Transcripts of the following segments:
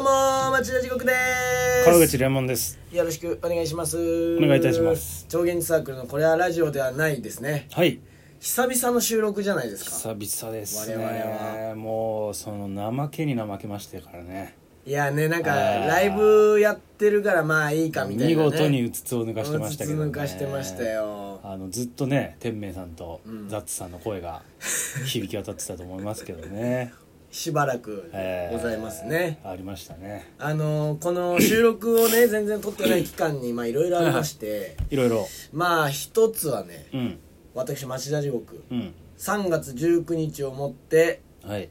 町田地獄です川口レモンですよろしくお願いしますお願いいたします超現実サークルのこれはラジオではないですねはい久々の収録じゃないですか久々ですね我々もうその怠けに怠けましたからねいやねなんかあーライブやってるからまあいいかみたい見な、ね、事にうつつを抜かしてましたけど、ね、うつつ抜かしてましたよあのずっとね天明さんとザッツさんの声 が響き渡ってたと思いますけどね、しばらくえーございますね、ありましたねあのーこの収録をね 全然撮ってない期間にまあいろいろありましていろいろまあ一つはねうん私町田地獄うん3月19日をもってはい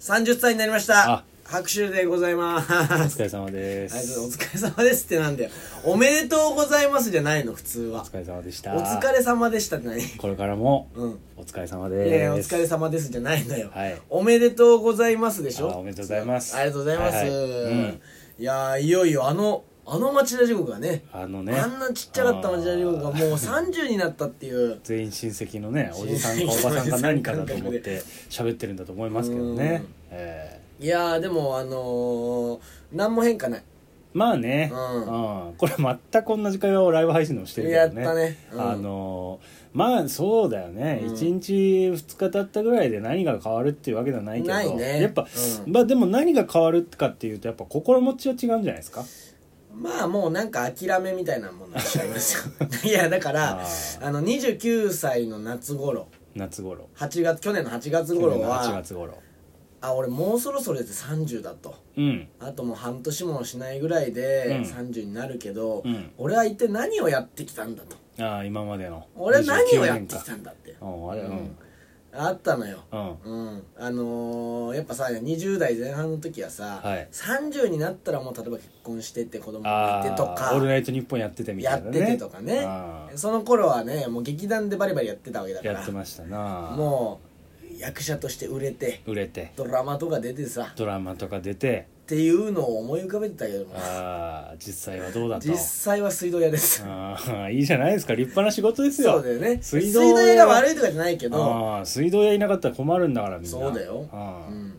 30歳になりましたあ拍手でございまおす疲れ様であいつすお疲れ様ですってなんだよおめでとうございますじゃないの普通はお疲れ様でしおた疲れ様でしたって何これからもうんお疲れ様いですやいやお疲れ様ですじゃないのよ、はいおめでとうございますでしょあおめでとうございますありがとうございます、はいいはいうんやーいよいよあのあの町田地獄がねあのねあんなちっちゃかった町田地獄がもう30になったっていう全員親戚のねおじさんか親おば戚さんか何かだとおじさん思っ感覚て喋ってるんだと思いますけどうねん、えいやーでもあのー、何も変化ないーまあね、ううんこれ全く同じ会話をライブ配信でもしてるけどねやったねうんあのーまあそうだよね、うん一1日2日経ったぐらいで何が変わるっていうわけではないけどないねやっぱ、うんまあでも何が変わるかっていうとやっぱ心持ちは違うんじゃないですかまあもうなんか諦めみたいなものにしちゃいますよ いやだからああーの29歳の夏頃夏頃8月去年の8月頃去年の8は月頃あ俺もうそろそろで30だとうんあともう半年もしないぐらいでうん30になるけど、うん俺は一体何をやってきたんだとああ今までの俺は何を29やっ年てかきたんだってうんあれうんあったのようんうんあのー、やっぱさ20代前半の時はさ、はい30になったらもう例えば結婚してって子供あがいてとかーオールナイトニッポンやっててみたやいなっねててとかねあーその頃はねもう劇団でバリバリやってたわけだかやってらましたなもう役者として売れて売れてドラマとか出てさドラマとか出てっていうのを思い浮かべてたけどもあー実際はどうだと実際は水道屋ですあーいいじゃないですか立派な仕事です そようだよね水水道道屋屋が悪いとかじゃないけどあー水道屋いなかったら困るんだからみんなそうだよあーうん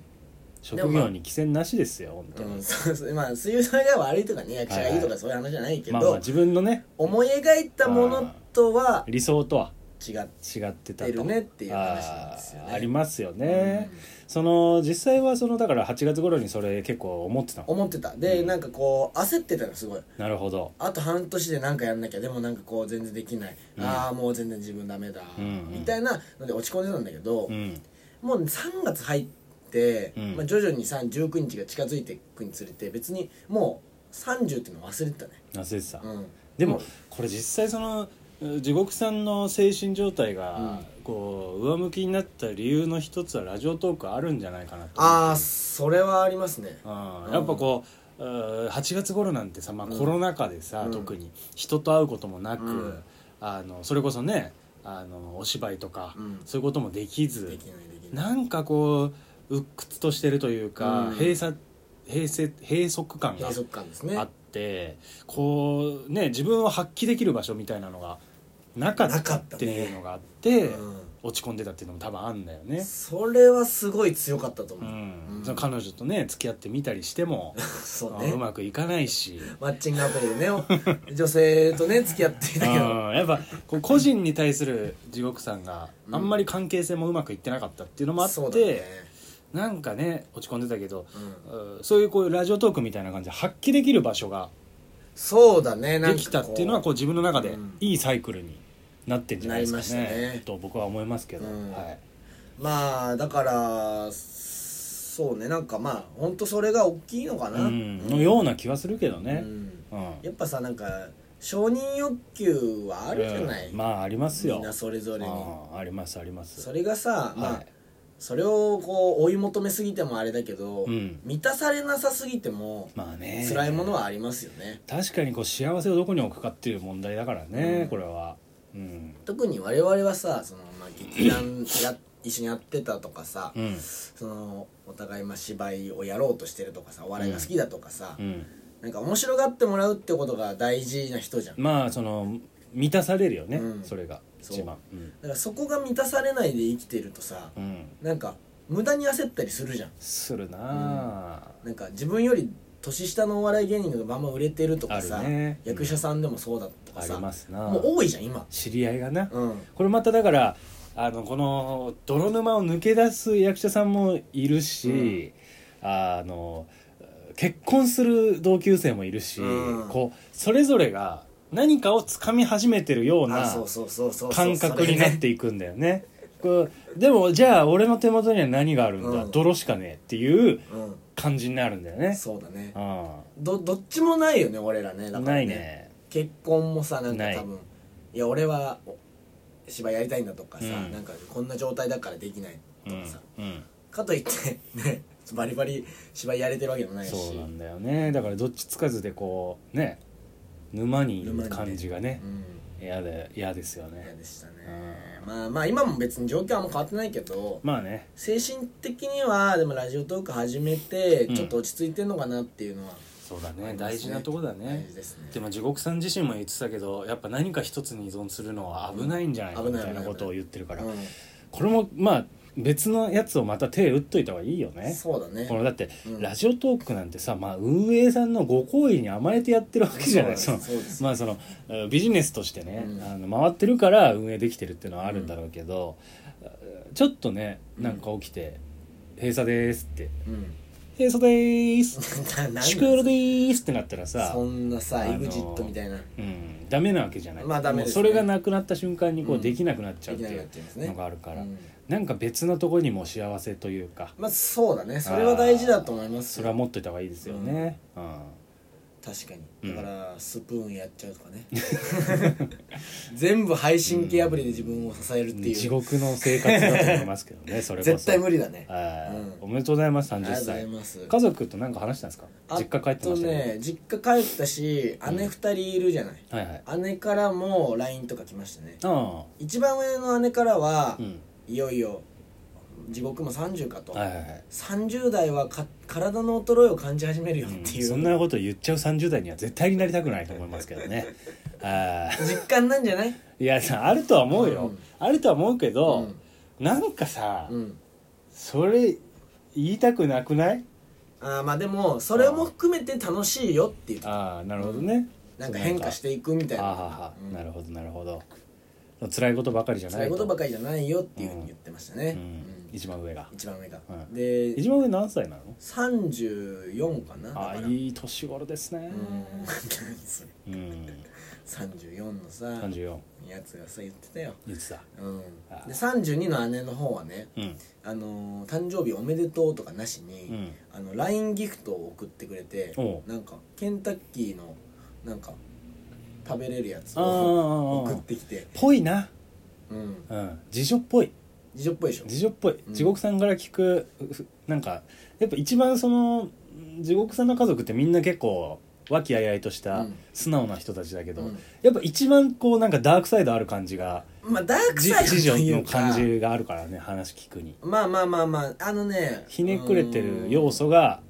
職業に寄せなしですよ本当うんに、そうそうまあ水道屋が悪いとかね役者がいいとはいはかいそういう話じゃないけまあまあど自分のね思い描いたものとは理想とは違って違ってたと出るねっていう話なんですよねあーありますよね、その実際はそのだから8月頃にそれ結構思ってたの思ってたでうんなんかこう焦ってたのすごいなるほどあと半年で何かやんなきゃでもなんかこう全然できない、うんああもう全然自分ダメだ、うんうんみたいなので落ち込んでたんだけど、うんもう3月入って、うんまあ、徐々に3 19日が近づいていくにつれて別にもう30っていうの忘れてたね、忘れてた、うん、でもこれ実際そのう地獄さんの精神状態がうんこう上向きになった理由の一つはラジオトークあるんじゃないかなとああそれはありますねあうんやっぱこううん8月頃なんてさ、まあ、うんコロナ禍でさ、うん特に人と会うこともなく、うんあのそれこそねあのお芝居とか、うんそういうこともできずできないできないなんかこう鬱屈としてるというか、うん閉鎖閉塞閉塞感が閉塞感ですねあってこうね自分を発揮できる場所みたいなのがなかなったかっったねていうのがあって、うん落ち込んでたっていうのも多分あんだよね。それはすごい強かったとう思う、んうんその彼女とね付き合ってみたりしてもそうあねうまくいかないし、マッチングアプリでね女性とね付き合っていたけどうんやっぱこう個人に対する地獄さんがうんあんまり関係性もうまくいってなかったっていうのもあって、そうだね、なんかね落ち込んでたけど、うんうんそういうこういうラジオトークみたいな感じで発揮できる場所がそうだねなんでかきたっていうのはこう自分の中でうんいいサイクルになってんじゃないですかねなりましたねと僕は思いますけど、うんはい、まあだからそうねなんかまあ本当それが大きいのかうな、ん、のような気はするけどうね、んうんやっぱさなんか承認欲求はあるじゃない、うんまあありますよみんなそれぞれにあありますありますそれがさ、まはあいそれをこう追い求めすぎてもあれだけど、うん満たされなさすぎても、まあね辛いものはありますよね確かにこう幸せをどこに置くかっていう問題だからね、うんこれはうん特に我々はさその、まあ、劇団や一緒にやってたとかさ、うんそのお互いまあ芝居をやろうとしてるとかさお笑いが好きだとかさ、うんなんか面白がってもらうってことが大事な人じゃんだまあその満たされるよね、うんそれがそう一番うん、からそこが満たされないで生きてるとさうん、なんか無駄に焦ったりするじゃんするなあなんか自分より年下のお笑い芸人がバンバン売れてるとかさ、あるね役者さんでもそうだとかあさりますなもう多いじゃん今知り合いがな、うんこれまただからあのこの泥沼を抜け出す役者さんもいるし、あの結婚する同級生もいるし、うんこうそれぞれが何かをつかみ始めてるようあなそうそうそうそうそう感覚にそなっれねていくんだよね。こうでもじゃあ俺の手元には何があるんだ、うん泥しかねえっていう感じになるんだようんね。そうだねうどどっちもないよね俺らねだん、からなねいね。結婚もさなんかない多分いや俺はお芝居やりたいんだとかさ、うんなんかこんな状態だからできないとうかんさ、うんかといってね バリバリ芝居やれてるわけでもないしそうなんだよねだからどっちつかずでこうね沼にいる感じがねうん嫌で嫌ですよ嫌ねでしたねうんまあまあ今も別に状況はあんま変わってないけどまあね精神的にはでもラジオトーク始めてうんちょっと落ち着いてんのかなっていうのはそうだありますねね大事なとこだ大ね事ですねでも地獄さん自身も言ってたけどやっぱ何か一つに依存するのは危ないんじゃないかうんみ危ないたいな危ないことを言ってるからうこれもまあ別のやつをまた手打っといた方がいいよんねそうだねこのだってうんラジオトークなんてさまあ運営さんのご好意に甘えてやってるわけじゃないそそうのですそうですまあそのえービジネスとしてね、うんあの回ってるから運営できてるっていうのはあるんだろうけど、ちょっとねなんか起きて「閉鎖です」ってうん 「閉鎖です」ななん「だシクールです」ってなったらさそ、んなさあのエーグジットみたいなうん、ダメなわけじゃない、まあダメですねもうそれがなくなった瞬間にこううんできなくなっちゃでうっきなくていなっうちゃいますのねがあるから、うんなんか別のところにも幸せというかまあそうだねそれは大事だと思いますそよれは持っといた方がいいですよね。うん確かうんにだからスプーンやっちゃうとかね全部配信系アプリで自分を支えるってい地う獄の生活だと思いますけど ねそれこそ絶対無理だねはい、うんおめでとうございますあり30がとうござい歳ます家族と何か話したんですか実家帰ってましたあとね実家帰ったし姉2人いるじゃない、はいはい姉からも LINE とか来ましたねあ一番上の姉からはあ、うんいよいよ地獄も30かと、はいはいはい30代はか体の衰えを感じ始めるよっうんていう、そんなこと言っちゃう30代には絶対になりたくないと思いますけどねああ実感なんじゃないいやさあるとは思うよ、うんあるとは思うけど、うんなんかさ、うんそれ言いたくなくないあーまあでもそれも含めて楽しいよっていうああなるほどね、なんか変化してていくみたいあなあはは、うんなるほどなるほど辛いことばかりじゃないそういうことばかり、りじゃないよっていうふうに言ってましたね、ううんん、一番上が一番上が、うんで一番上何歳なの34かなだあからいい年頃ですうねん 何それうん34のさ34やつがさ言ってたよ、いつだうん、あで32の姉の方はね、うんあのー誕生日おめでとう」とかなしに、うんあの LINE ギフトを送ってくれておなんかケンタッキーのなんか食べれるやつあーを送ってきて、ぽいなうん、うん自助っぽい自助っぽいでしょ自助っぽいん地獄さんから聞くふなんかやっぱ一番そのうん地獄さんの家族ってみんな結構和気あいあいとしたうん素直な人たちだけど、うんやっぱ一番こうなんかダークサイドある感じがまあダークじサイド自と助いのうか感じがあるからね話聞くにまあまあまあまああのねひねくれてる要素が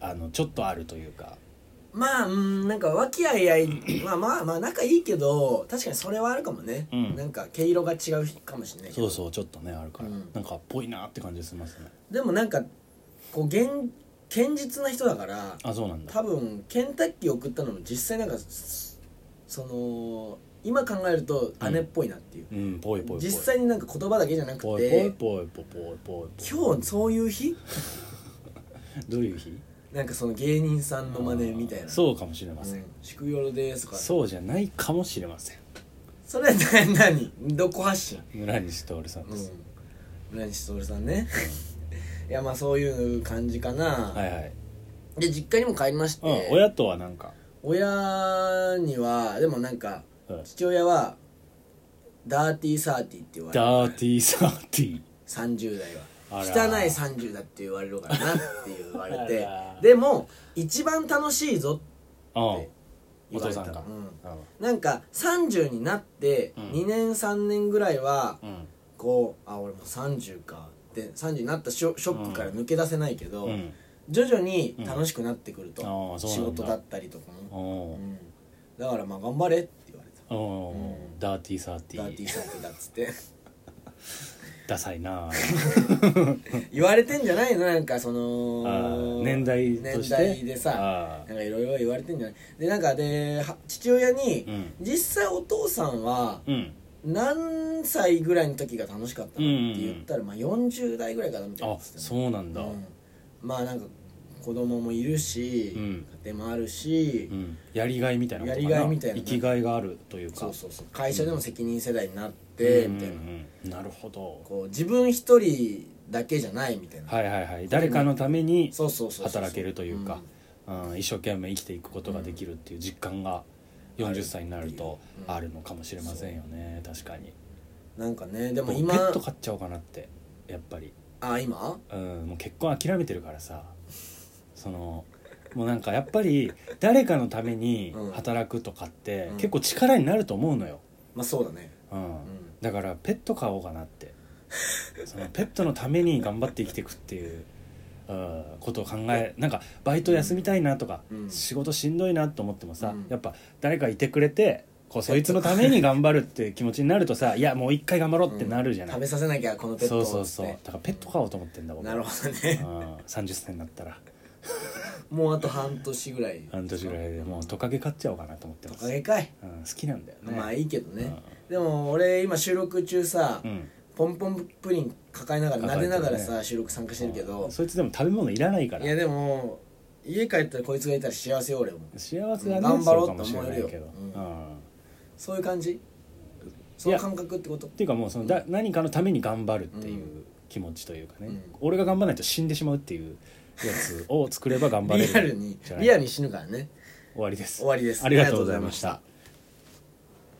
あのちょっとあるというかうんまあうんなんか和気あいあいまあまあまあ仲いいけど確かにそれはあるかもね、うんなんか毛色が違うかもしれないけそどうそうちょっとねあるから、うんなんかっぽいなって感じしますねでもなんかこう現堅実な人だからあそうなんだ多分ケンタッキー送ったのも実際なんかそその今考えると姉っぽいなっていう、うんぽいぽいぽい実際になんか言葉だけじゃなくてぽいぽいぽいぽいぽいぽい今日そういう日どういう日なんかその芸人さんの真似みたいなそうかもしれうまんせん、 「祝夜です」とかそうじゃないかもしれませんそれは何何どこ発信村西徹さんうでんす、村西徹さんね いやまあそういう感じかな、はいはい、で実家にも帰りまして、うん親とはなんか親にはでもなんかうん父親はダーティーサーティーって言われるダーティーサーティー30代はあら汚い30だって言われるからなって言われて あらでも一番楽しいぞうんお言わ父れさたんがううんん、なんか30になってうん2年3年ぐらいはうんこうあ俺もう30かって30になったショショックから抜け出せないけど、うん徐々に楽しくなってくると、うんああそうな仕んだ事だったりとかも、おうん、だからまあ頑張れって言われたおうダーティーサーティダーティーーサーティーだっつってダサいな 言われてんじゃないのなんかそあのー年代として年代でさあなんかいろいろ言われてんじゃないでなんかでは父親に、ーうん実際お父さんはうん何歳ぐらいの時が楽しかったのって言ったら、まあ、40代ぐらいかなみたいなあ言ってたねそうなんだううんん、まあなんか子供もいるし、うん家庭もあるし、やりがいみたいなことかやりがいみたいな生きがいがあるというかそうそうそう会社でも責任世代になって、うんみたいな、うんうんなるほどこう自分一人だけじゃないみたいな、はいはいはい誰かのためにそうそうそうそう働けるというかうん一生懸命生きていくことができるっていう実感が40歳になるとあるのかもしれませんよね確かにうんなんかねでも僕今ペット買っちゃおうかなってやっぱりあ今うんもう結婚諦めてるからさそのもうなんかやっぱり誰かのために働くとかってうん結構力になると思うのよ、まあそうだねうんうんだからペット飼おうかなってそのペットのために頑張って生きていくっていう、うんことを考えなんかバイト休みたいなとか、うん仕事しんどいなと思ってもさ、うんやっぱ誰かいてくれてこうそいつのために頑張るっていう気持ちになるとさいやもう一回頑張ろうってなるじゃない、うん食べさせなきゃこのペットそをうそうそうつだってからペット飼おうと思ってんだ僕なるほどねうん30歳になったらもうあと半年ぐらい半年ぐらいでもうトカゲ飼っちゃおうかなと思ってトまカす、ゲかいうん、好きなんだよねまあいいけどねでも俺今収録中さうん、うんポンポンプリン抱えながら抱撫えてでなるがらねさ収録参加してるけどそいつでも食べ物いらないからいやでも家帰ったらこいつがいたら幸せよ俺も幸せだね頑張ろうそかもしれないって思えけるどようんうっそういう感じその感覚ってことていうかもうそのだ何かのために頑張るっていうう気持ちというかね、うん俺が頑張らないと死んでしまうっていうやつを作れば頑張れリるアルにじゃないリアルに死ぬからね終わりです終わりですありがとうございました